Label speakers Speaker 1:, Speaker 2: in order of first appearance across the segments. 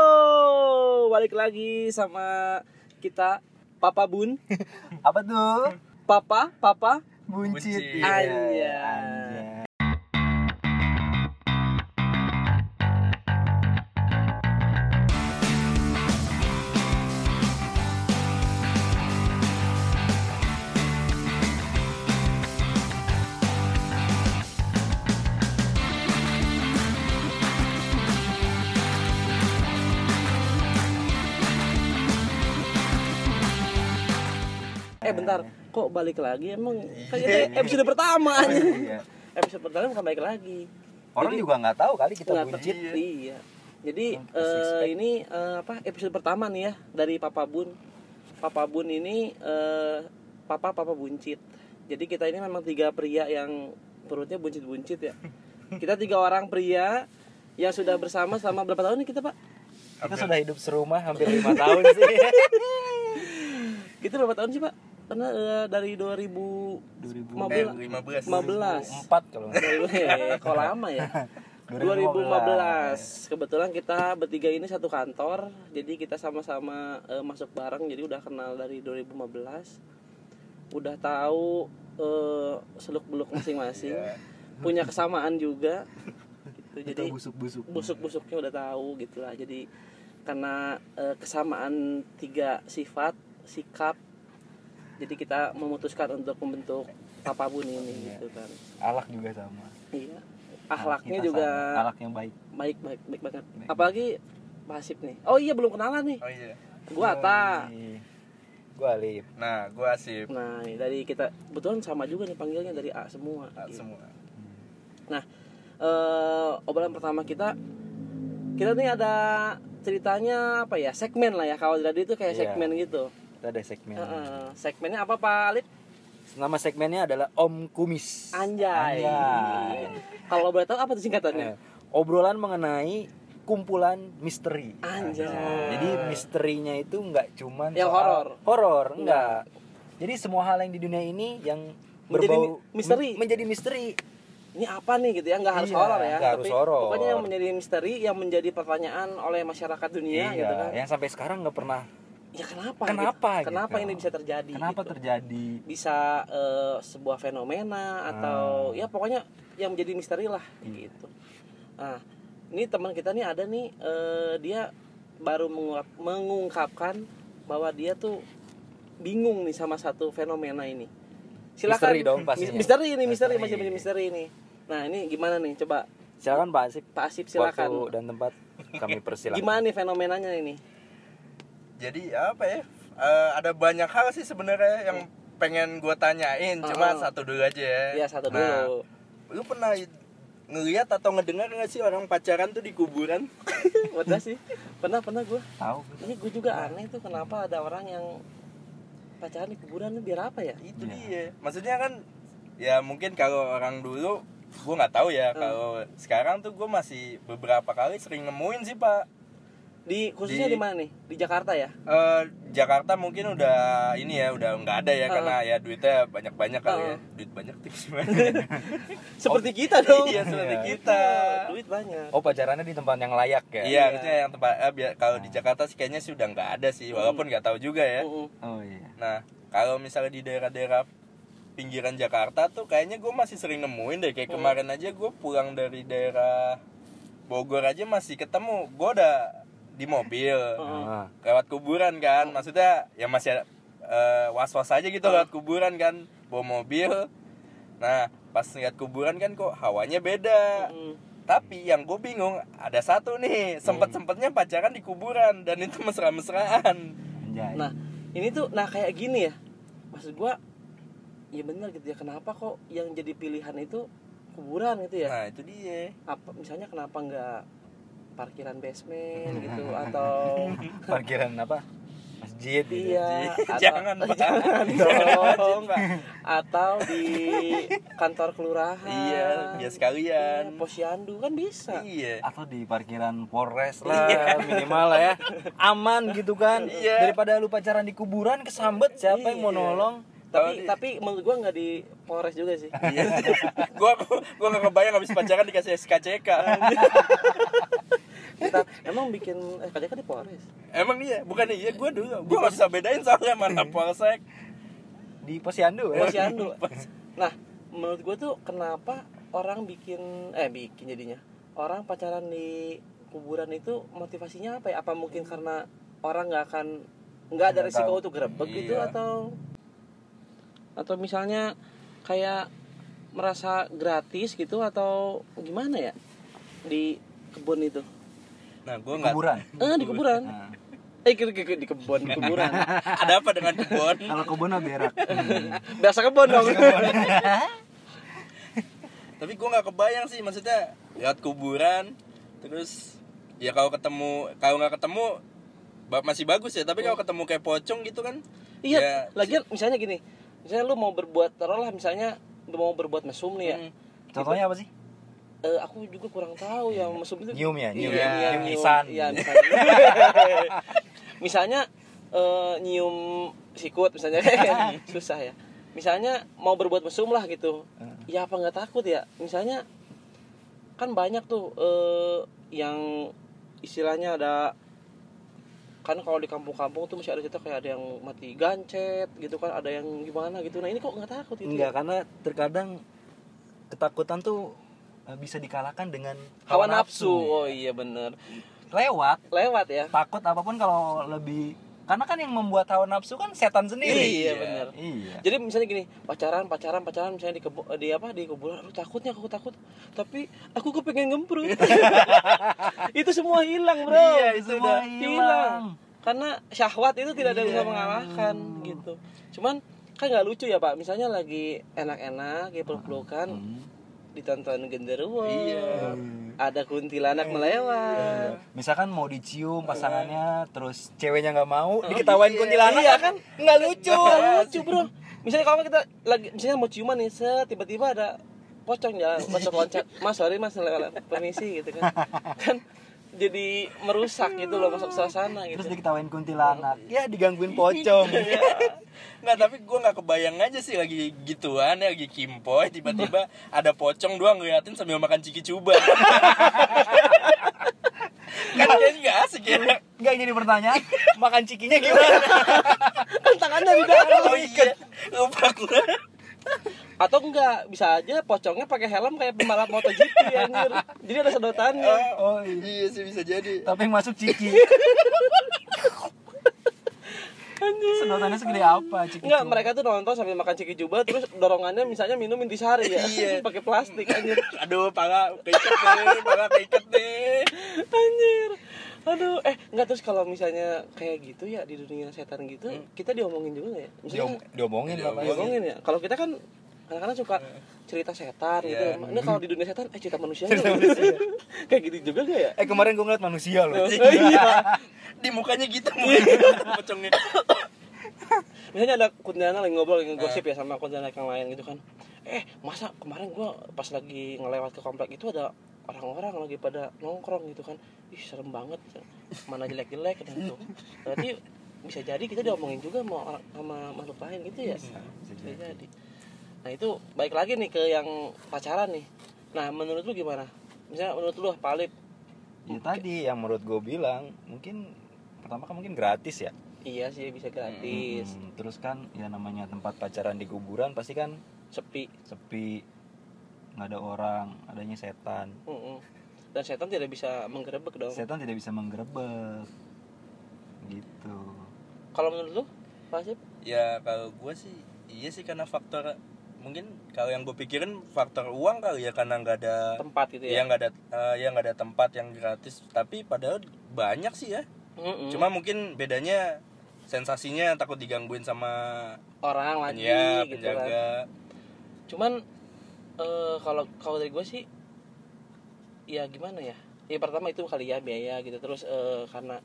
Speaker 1: Boyo, balik lagi sama kita Papa Bun,
Speaker 2: apa
Speaker 1: Hmm.
Speaker 2: tuh
Speaker 1: Papa, Papa.
Speaker 2: buncit,
Speaker 3: Buncit.
Speaker 2: Iya,
Speaker 1: Anjay.
Speaker 2: anjay.
Speaker 1: Eh bentar, kok balik lagi? Emang kan kita episode pertama anjing.
Speaker 2: Iya.
Speaker 1: Episode pertama bukan balik lagi.
Speaker 2: orang juga nggak tahu kali kita
Speaker 1: Nggak
Speaker 2: buncit
Speaker 1: tahu. Iya. Jadi
Speaker 2: Yang
Speaker 1: eh,
Speaker 2: suspek.
Speaker 1: ini eh, apa episode pertama nih ya dari Papa Bun. Papa Bun ini eh, Papa Papa Buncit. Jadi kita ini memang tiga pria yang perutnya buncit-buncit ya. Kita tiga orang pria yang sudah bersama selama berapa tahun nih kita pak?
Speaker 2: kita sudah hidup serumah hampir lima tahun sih
Speaker 1: Kita berapa tahun sih pak? Karena eh, dari 2000
Speaker 3: eh,
Speaker 1: 15.
Speaker 2: 2015
Speaker 3: 15
Speaker 1: 15
Speaker 2: empat kalau nggak
Speaker 1: Eh, Kok lama ya? 2015
Speaker 2: ya.
Speaker 1: Kebetulan kita bertiga ini satu kantor Jadi kita sama-sama eh, masuk bareng Jadi udah kenal dari 2015 Udah tahu eh, seluk-beluk masing-masing
Speaker 3: Iya.
Speaker 1: Punya kesamaan juga gitu.
Speaker 2: kita
Speaker 1: Jadi
Speaker 2: busuk busuk
Speaker 1: busuk-busuknya udah tahu gitu lah Jadi karena eh, kesamaan tiga sifat, sikap Jadi kita memutuskan untuk membentuk apapun ini
Speaker 2: Iya.
Speaker 1: gitu kan
Speaker 2: alak juga sama
Speaker 1: Iya. Ahlaknya
Speaker 2: Kita
Speaker 1: juga
Speaker 2: sama. alak yang baik
Speaker 1: baik baik baik banget.
Speaker 2: Baik.
Speaker 1: Apalagi Pasif nih. Oh iya belum kenalan nih.
Speaker 3: oh iya
Speaker 1: Gua Ata.
Speaker 2: Yoi. gua alif
Speaker 3: nah gua asif
Speaker 1: Nah, ini dari kita kebetulan sama juga nih panggilnya dari A semua.
Speaker 3: Ah,
Speaker 1: Gitu. Nah,
Speaker 3: semua
Speaker 1: Eh, obrolan pertama kita kita nih ada ceritanya apa ya? Segmen lah ya. Kalau di radio itu kayak
Speaker 2: Iya.
Speaker 1: segmen gitu.
Speaker 2: kita ada segmen
Speaker 1: Heeh. segmennya apa Pak Alip?
Speaker 2: nama segmennya adalah om kumis
Speaker 1: Anjay.
Speaker 2: Anjay.
Speaker 1: Kalau boleh tahu apa tuh singkatannya?
Speaker 2: Eh, obrolan mengenai kumpulan misteri
Speaker 1: Anjay.
Speaker 2: Jadi misterinya itu nggak cuman
Speaker 1: Yang
Speaker 2: soal-
Speaker 1: horor. Iya.
Speaker 2: Horor enggak. Jadi semua hal yang di dunia ini yang
Speaker 1: Menjadi
Speaker 2: berbau
Speaker 1: mi- misteri.
Speaker 2: men- menjadi misteri.
Speaker 1: ini apa nih gitu ya nggak harus
Speaker 2: Iya,
Speaker 1: horor ya
Speaker 2: nggak harus horor.
Speaker 1: pokoknya yang menjadi misteri yang menjadi pertanyaan oleh masyarakat dunia gitu kan
Speaker 2: Iya, Yang sampai sekarang nggak pernah
Speaker 1: ya kenapa
Speaker 2: Kenapa
Speaker 1: gitu? kenapa
Speaker 2: gitu?
Speaker 1: ini bisa terjadi
Speaker 2: kenapa
Speaker 1: gitu?
Speaker 2: terjadi.
Speaker 1: bisa eh, sebuah fenomena
Speaker 2: Ah.
Speaker 1: atau ya pokoknya yang menjadi misteri lah
Speaker 2: Iya.
Speaker 1: gitu nah ini teman kita nih ada nih eh, dia baru menguap- mengungkapkan bahwa dia tuh bingung nih sama satu fenomena ini silakan
Speaker 2: Misteri dong pastinya.
Speaker 1: Mis- misteri ini misteri,
Speaker 2: Misteri.
Speaker 1: masih menjadi misteri ini nah ini gimana nih coba
Speaker 2: Silakan Pak Asif.
Speaker 1: Pak Asif silakan.
Speaker 2: Waktu dan tempat kami persilakan.
Speaker 1: Gimana nih fenomenanya ini?
Speaker 3: jadi apa ya Eh, ada banyak hal sih sebenarnya yang pengen gua tanyain cuma
Speaker 1: Oh.
Speaker 3: satu dulu aja ya
Speaker 1: Ya Iya. satu
Speaker 3: Nah,
Speaker 1: dulu.
Speaker 3: lu pernah ngeliat atau ngedengar nggak sih orang pacaran tuh di kuburan
Speaker 1: Udah sih. Pernah pernah gue.
Speaker 2: Tahu.
Speaker 1: Ini gue juga aneh tuh kenapa ada orang yang pacaran di kuburan tuh biar apa ya?
Speaker 3: itu
Speaker 2: Iya.
Speaker 3: dia maksudnya kan ya mungkin kalau orang dulu gue nggak tahu ya kalau sekarang tuh gue masih beberapa kali sering nemuin sih pak
Speaker 1: Di khususnya di,
Speaker 3: Di-
Speaker 1: mana nih? Di Jakarta ya?
Speaker 3: Eh, Jakarta mungkin udah ini ya udah nggak ada
Speaker 1: Ah.
Speaker 3: ya karena ya duitnya banyak banyak kali ya
Speaker 1: Ah.
Speaker 3: duit banyak tuh gimana
Speaker 1: Seperti kita dong.
Speaker 3: Oh, iya seperti
Speaker 2: Iya.
Speaker 3: kita
Speaker 1: Duit banyak.
Speaker 2: Oh pacarannya di tempat yang layak ya.
Speaker 3: iya harusnya yang tempat eh, biar- kalau di Jakarta sih kayaknya sudah nggak ada sih walaupun nggak tahu juga ya
Speaker 1: Mm-mm.
Speaker 2: Oh iya.
Speaker 3: nah kalau misalnya di daerah-daerah pinggiran Jakarta tuh kayaknya gue masih sering nemuin deh kayak kemarin aja gue pulang dari daerah Bogor aja masih ketemu gue udah di mobil
Speaker 1: Nah.
Speaker 2: Ah.
Speaker 3: lewat kuburan kan maksudnya ya masih ada, eh, was-was aja gitu lewat kuburan kan bawa mobil nah pas lihat kuburan kan kok hawanya beda
Speaker 1: Mm-mm.
Speaker 3: tapi yang gue bingung ada satu nih sempet sempetnya pacaran di kuburan dan itu mesra-mesraan
Speaker 2: Anjay.
Speaker 1: Nah, ini tuh nah kayak gini ya. Maksud gua ya bener gitu ya kenapa kok yang jadi pilihan itu kuburan gitu ya?
Speaker 3: nah itu dia
Speaker 1: apa misalnya kenapa nggak parkiran basement gitu atau
Speaker 2: Parkiran apa? Masjid gitu.
Speaker 1: iya atau,
Speaker 3: Jangan, Pak.
Speaker 1: jangan dong atau di kantor kelurahan
Speaker 3: iya biasa
Speaker 1: Ah, Iya,
Speaker 3: sekalian
Speaker 1: posyandu kan bisa
Speaker 3: iya
Speaker 2: atau di parkiran Polres lah minimal lah ya aman gitu kan
Speaker 3: Iya.
Speaker 2: daripada lu pacaran di kuburan kesambet siapa yang mau
Speaker 1: Iya.
Speaker 2: nolong
Speaker 1: tapi
Speaker 3: Kalau di-
Speaker 1: tapi menurut gua nggak di Polres juga sih
Speaker 3: Iya. gue gue gak kebayang habis pacaran dikasih SKCK
Speaker 1: kita emang bikin eh kerja kan di Polres
Speaker 3: Emang iya, bukan iya gue dulu. Gue nggak bisa bedain soalnya mana polsek.
Speaker 2: di posyandu ya?
Speaker 1: posyandu nah menurut gue tuh kenapa orang bikin eh bikin jadinya orang pacaran di kuburan itu motivasinya apa ya apa mungkin karena orang nggak akan nggak ada
Speaker 2: Nggak
Speaker 1: resiko
Speaker 2: tahu.
Speaker 1: untuk grebek gitu
Speaker 3: Iya.
Speaker 1: atau atau misalnya kayak merasa gratis gitu atau gimana ya di kebun itu
Speaker 3: Nah gue nggak.
Speaker 2: kuburan
Speaker 1: eh di kuburan
Speaker 2: Nah,
Speaker 1: eh ke- ke- ke- di kebun di kuburan
Speaker 3: Ada apa dengan kebun?
Speaker 2: kalau kebun mah berak Hmm.
Speaker 1: biasa kebun dong
Speaker 3: Tapi gue nggak kebayang sih maksudnya lihat kuburan terus ya kalau ketemu kalau nggak ketemu ba- masih bagus ya tapi kalau ketemu kayak pocong gitu kan
Speaker 1: Iya,
Speaker 3: ya,
Speaker 1: lagian misalnya gini, misalnya lu mau berbuat taruhlah misalnya lu mau berbuat mesum nih ya.
Speaker 3: Hmm.
Speaker 2: contohnya apa sih
Speaker 1: Eh, aku juga kurang tahu ya mesum itu.
Speaker 2: Nyium ya, nyium.
Speaker 1: Iya,
Speaker 3: Iya,
Speaker 1: iya,
Speaker 2: nyium nisan.
Speaker 1: Iya, nisan. misalnya eh, nyium sikut misalnya susah ya. Misalnya mau berbuat mesum lah gitu. Ya apa nggak takut ya? Misalnya kan banyak tuh eh, yang istilahnya ada kan kalau di kampung-kampung tuh masih ada cerita kayak ada yang mati gancet gitu kan ada yang gimana gitu nah ini kok nggak takut gitu
Speaker 2: enggak karena terkadang ketakutan tuh eh, bisa dikalahkan dengan
Speaker 1: hawa nafsu oh iya bener
Speaker 2: lewat
Speaker 1: lewat ya
Speaker 2: takut apapun kalau lebih karena kan yang membuat hawa nafsu kan setan sendiri
Speaker 1: iya bener
Speaker 2: iya
Speaker 1: jadi misalnya gini pacaran pacaran pacaran misalnya di kebu- di apa di kuburan aduh takutnya aku takut tapi aku kepengen ngemprut itu semua hilang bro
Speaker 2: Iya, itu
Speaker 1: udah
Speaker 2: semua hilang.
Speaker 1: karena syahwat itu tidak ada yang bisa
Speaker 2: Iya.
Speaker 1: mengalahkan gitu cuman kan nggak lucu ya pak misalnya lagi enak-enak ya peluk-pelukan
Speaker 2: Hmm.
Speaker 1: ditonton genderuwo
Speaker 3: Iya.
Speaker 1: ada kuntilanak
Speaker 2: Iya.
Speaker 1: melewat
Speaker 2: Misalkan mau dicium pasangannya, terus ceweknya nggak mau, diketawain kuntilanak
Speaker 1: Oh, Iya,
Speaker 2: kan nggak lucu.
Speaker 1: Nggak lucu bro misalnya kalau kita lagi misalnya mau ciuman nih set tiba-tiba ada pocong ya masuk loncat mas sorry mas lewat lewat. permisi gitu kan kan jadi merusak gitu loh masuk suasana
Speaker 2: Terus
Speaker 1: gitu
Speaker 2: diketawain kuntilanak, ya digangguin pocong.
Speaker 3: Nggak, tapi gue nggak kebayang aja sih lagi gituan ya, lagi kimpoy tiba-tiba ada pocong doang ngeliatin sambil makan ciki cuba. kan kayaknya nggak asik ya.
Speaker 2: Nggak jadi pertanyaan, makan cikinya gimana?
Speaker 1: kan tangannya di dalam
Speaker 3: Oh iya, lupa gue.
Speaker 1: atau enggak bisa aja pocongnya pakai helm kayak pembalap MotoGP anjir jadi ada sedotannya
Speaker 2: Oh iya.
Speaker 3: Iya sih bisa jadi.
Speaker 2: Tapi yang masuk ciki. Sedotannya segede apa ciki?
Speaker 1: Enggak,
Speaker 2: cuman?
Speaker 1: mereka tuh nonton sambil makan ciki juga terus dorongannya misalnya minum intisari ya.
Speaker 3: Iya.
Speaker 1: pakai plastik anjir.
Speaker 3: Aduh, pala keikat nih, pala keikat nih.
Speaker 1: Anjir. Aduh, eh enggak terus kalau misalnya kayak gitu ya di dunia setan gitu, kita diomongin juga nggak ya? Misalnya
Speaker 2: Diom- diomongin apa ya?
Speaker 1: diomongin ya. Kalau kita kan kadang-kadang suka cerita setan gitu.
Speaker 3: Iya.
Speaker 1: ya. Ini kalau di dunia setan eh cerita manusia. nggak? kayak gitu juga gak ya?
Speaker 2: Eh kemarin gue ngeliat manusia loh.
Speaker 1: Oh, iya.
Speaker 3: Di mukanya gitu mukanya pocongnya.
Speaker 1: misalnya ada kuntilanak lagi ngobrol lagi ngegosip ya sama kuntilanak yang lain gitu kan eh masa kemarin gua pas lagi ngelewat ke komplek itu ada orang-orang lagi pada nongkrong gitu kan ih serem banget mana jelek-jelek dan tuh berarti bisa jadi kita diomongin juga sama orang sama makhluk lain gitu ya bisa, jadi nah itu baik lagi nih ke yang pacaran nih nah menurut lu gimana misalnya menurut lu palip
Speaker 2: Ya tadi yang menurut gue bilang mungkin pertama kan mungkin gratis ya.
Speaker 1: iya sih bisa gratis
Speaker 2: Hmm, terus kan ya namanya tempat pacaran di kuburan pasti kan
Speaker 1: sepi
Speaker 2: sepi nggak ada orang adanya setan
Speaker 1: Mm-mm. dan setan tidak bisa menggerebek dong
Speaker 2: setan tidak bisa menggerebek gitu
Speaker 1: kalau menurut lu pasti
Speaker 3: Ya kalau gue sih iya sih karena faktor mungkin kalau yang gue pikirin faktor uang kali ya karena nggak ada
Speaker 1: tempat gitu ya
Speaker 3: yang nggak ada eh, yang nggak ada tempat yang gratis tapi padahal banyak sih ya
Speaker 1: Mm-mm.
Speaker 3: cuma mungkin bedanya sensasinya takut digangguin sama
Speaker 1: orang lagi
Speaker 3: penyiap
Speaker 1: gitu kan
Speaker 3: penjaga
Speaker 1: cuman eh, kalau kalau dari gue sih ya gimana ya ya pertama itu kali ya biaya gitu terus eh, karena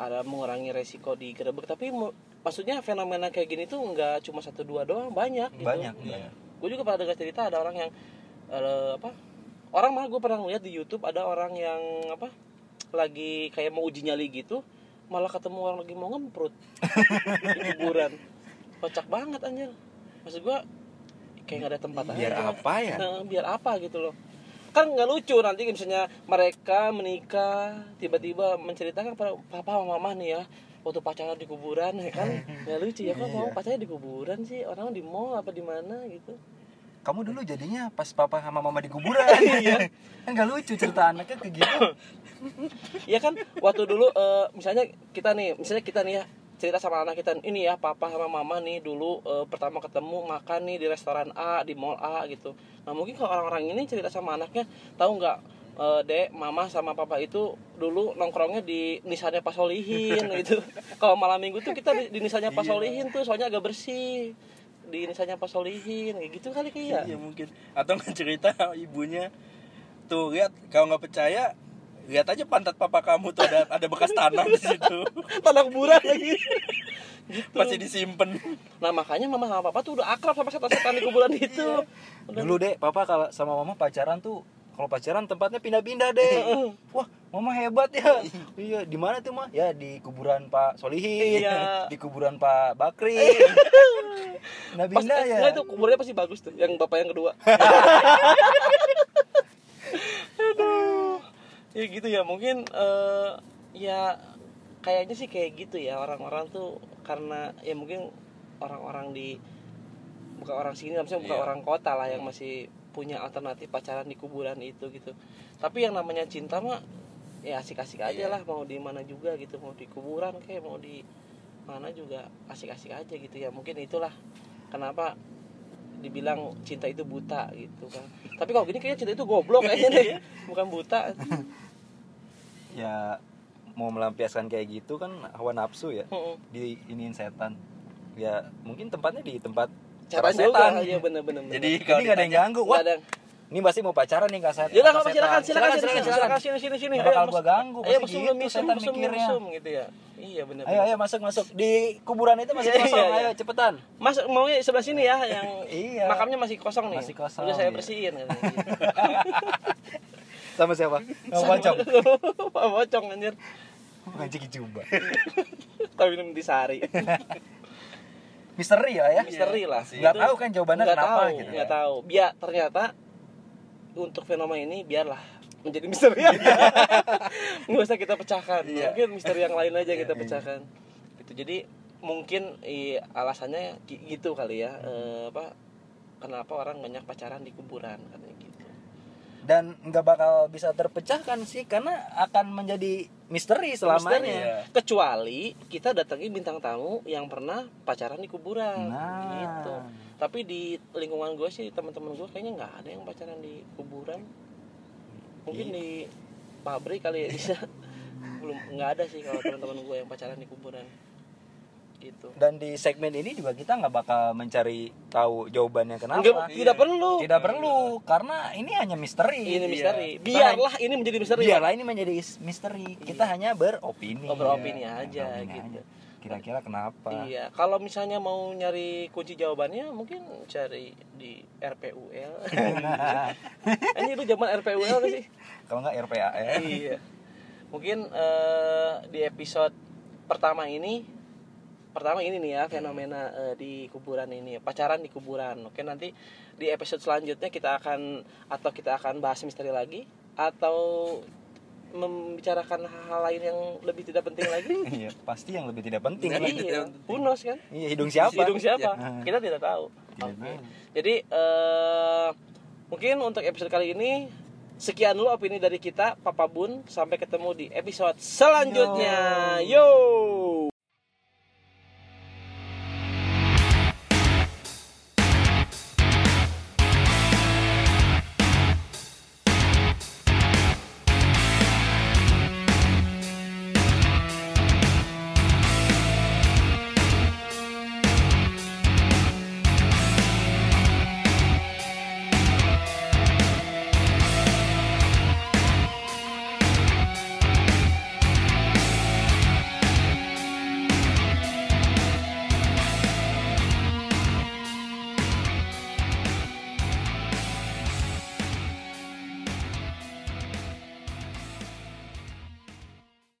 Speaker 1: ada mengurangi resiko di gerebek tapi mu- maksudnya fenomena kayak gini tuh nggak cuma satu dua doang banyak gitu
Speaker 2: banyak ya.
Speaker 3: Iya.
Speaker 2: banyak
Speaker 1: gue juga pernah dengar cerita ada orang yang eh, apa orang malah gue pernah ngeliat di YouTube ada orang yang apa lagi kayak mau uji nyali gitu malah ketemu orang lagi mau ngemprut di kuburan kocak banget anjir maksud gue kayak gak ada tempat aja
Speaker 3: apa
Speaker 1: Nah, biar apa gitu loh kan nggak lucu nanti misalnya mereka menikah tiba-tiba menceritakan pada papa sama mama nih ya waktu pacaran di kuburan ya kan nggak lucu ya kok mau pacarnya di kuburan sih orang di mall apa di mana gitu
Speaker 2: Kamu dulu jadinya pas papa sama mama di kuburan.
Speaker 1: Iya.
Speaker 2: Kan nggak lucu cerita anaknya kayak gitu.
Speaker 1: Iya kan waktu dulu eh, misalnya kita nih misalnya kita nih ya cerita sama anak kita ini ya papa sama mama nih dulu eh, pertama ketemu makan nih di restoran A di mall A gitu nah mungkin kalau orang-orang ini cerita sama anaknya tahu nggak eh, dek mama sama papa itu dulu nongkrongnya di nisannya Pak Solihin gitu kalau malam minggu tuh kita di, di
Speaker 3: Iya.
Speaker 1: nisannya Pak Solihin tuh soalnya agak bersih di nisannya Pak Solihin kayak gitu kali kayak
Speaker 3: Iya mungkin. Atau nggak cerita ibunya tuh lihat kalau nggak percaya lihat aja pantat papa kamu tuh ada ada bekas tanah di situ
Speaker 1: tanah kuburan lagi gitu
Speaker 3: iya. masih disimpan
Speaker 1: Nah makanya mama sama papa tuh udah akrab sama setan-setan di kuburan itu. Udah-
Speaker 2: Dulu deh, papa kalau sama mama pacaran tuh kalau pacaran tempatnya pindah-pindah deh. Wah, mama hebat ya. Iya, di mana tuh, Ma? Ya di kuburan Pak Solihin,
Speaker 1: Iya.
Speaker 2: di kuburan Pak Bakri. Nah,
Speaker 1: Pas
Speaker 2: pindah
Speaker 1: eh,
Speaker 2: ya.
Speaker 1: enggak, itu kuburannya pasti bagus tuh, yang bapak yang kedua. Aduh. Ya gitu ya, mungkin eh, ya kayaknya sih kayak gitu ya orang-orang tuh karena ya mungkin orang-orang di bukan orang sini maksudnya bukan
Speaker 3: Iya.
Speaker 1: orang kota lah yang masih punya alternatif pacaran di kuburan itu gitu. Tapi yang namanya cinta mah ya asik-asik aja
Speaker 3: Iya.
Speaker 1: lah mau di mana juga gitu, mau di kuburan kayak mau di mana juga asik-asik aja gitu ya. Mungkin itulah kenapa dibilang cinta itu buta gitu kan. Tapi kalau gini kayaknya cinta itu goblok kayaknya deh. Bukan buta.
Speaker 2: Ya mau melampiaskan kayak gitu kan hawa nafsu ya.
Speaker 1: Heeh.
Speaker 2: Di iniin setan. Ya, mungkin tempatnya di tempat
Speaker 1: Cara
Speaker 2: tempat
Speaker 1: setan ya. Iya, aja bener-bener.
Speaker 3: jadi
Speaker 2: Jadi
Speaker 3: kalau
Speaker 2: nggak ada yang
Speaker 1: Iya,
Speaker 3: ditanya,
Speaker 2: ganggu. Wah, ini pasti mau pacaran nih kak setan.
Speaker 1: Ya udah
Speaker 2: Kak
Speaker 1: silakan
Speaker 2: setan.
Speaker 1: silakan silakan silakan,
Speaker 2: silakan,
Speaker 1: silakan, sini sini sini.
Speaker 2: Nggak bakal gua ganggu,
Speaker 1: Ayo
Speaker 2: pasti
Speaker 1: mesum
Speaker 2: gitu
Speaker 1: mesum
Speaker 2: setan
Speaker 1: mesum
Speaker 2: mikirnya.
Speaker 1: mesum gitu ya. Iya bener.
Speaker 2: Ayo, ayo masuk masuk di kuburan itu masih
Speaker 1: Iya,
Speaker 2: kosong.
Speaker 1: iya, iya.
Speaker 2: Ayo cepetan.
Speaker 1: Mas maunya sebelah sini ya yang
Speaker 2: Iya.
Speaker 1: makamnya masih kosong nih.
Speaker 2: Masih kosong,
Speaker 1: Udah saya
Speaker 2: iya.
Speaker 1: bersihin katanya gitu.
Speaker 2: Sama siapa? Sama Pancong.
Speaker 1: Pak Pocong anjir.
Speaker 2: Ngaji jubah.
Speaker 1: Tahu minum di sari.
Speaker 2: Iya. Misteri lah ya.
Speaker 1: Misteri lah.
Speaker 3: Masih.
Speaker 2: Nggak
Speaker 1: Itu-
Speaker 2: tahu kan jawabannya
Speaker 1: nggak
Speaker 2: kenapa
Speaker 1: tahu,
Speaker 2: gitu.
Speaker 1: nggak tahu biar ternyata untuk fenomena ini biarlah menjadi misteri
Speaker 2: Iya.
Speaker 1: nggak usah kita pecahkan
Speaker 3: Iya.
Speaker 1: mungkin misteri yang lain aja kita
Speaker 2: Iya.
Speaker 1: pecahkan gitu jadi mungkin i- alasannya gi- gitu kali ya eh, apa kenapa orang banyak pacaran di kuburan katanya gitu
Speaker 2: Dan nggak bakal bisa terpecahkan sih karena akan menjadi misteri
Speaker 1: Misteri,
Speaker 2: selamanya.
Speaker 1: ya. kecuali kita datangi bintang tamu yang pernah pacaran di kuburan gitu
Speaker 2: Nah.
Speaker 1: tapi di lingkungan gue sih teman-teman gue kayaknya nggak ada yang pacaran di kuburan mungkin di pabrik kali ya bisa belum nggak ada sih kalau teman-teman gue yang pacaran di kuburan gitu
Speaker 2: Dan di segmen ini juga kita nggak bakal mencari tahu jawabannya kenapa.
Speaker 1: Nggak- tidak
Speaker 3: Iya.
Speaker 1: perlu
Speaker 2: Tidak perlu karena ini hanya misteri.
Speaker 1: ini
Speaker 3: Iya.
Speaker 1: misteri biarlah ini menjadi misteri Iya.
Speaker 2: Biarlah ini menjadi is- misteri. Kita hanya beropini. Iya,
Speaker 1: Oh, beropini aja,
Speaker 2: Beropini
Speaker 1: gitu.
Speaker 2: aja. Kira-kira kenapa?
Speaker 1: iya kalau misalnya mau nyari kunci jawabannya mungkin cari di RPUL ini lu zaman RPUL gak sih
Speaker 2: Kalau nggak RPAL.
Speaker 1: iya mungkin eh, di episode pertama ini pertama ini nih ya fenomena eh, di kuburan ini pacaran di kuburan oke nanti di episode selanjutnya kita akan atau kita akan bahas misteri lagi atau membicarakan hal-hal lain yang lebih tidak penting lagi
Speaker 2: Iya, pasti yang lebih tidak penting.
Speaker 3: Iya.
Speaker 1: iya punos kan
Speaker 2: Iya, hidung siapa?
Speaker 1: hidung siapa
Speaker 2: Ya.
Speaker 1: kita tidak tahu
Speaker 2: Tidak
Speaker 1: Oke.
Speaker 2: tahu.
Speaker 1: jadi eh, mungkin untuk episode kali ini sekian dulu opini dari kita Papa Bun sampai ketemu di episode selanjutnya yo.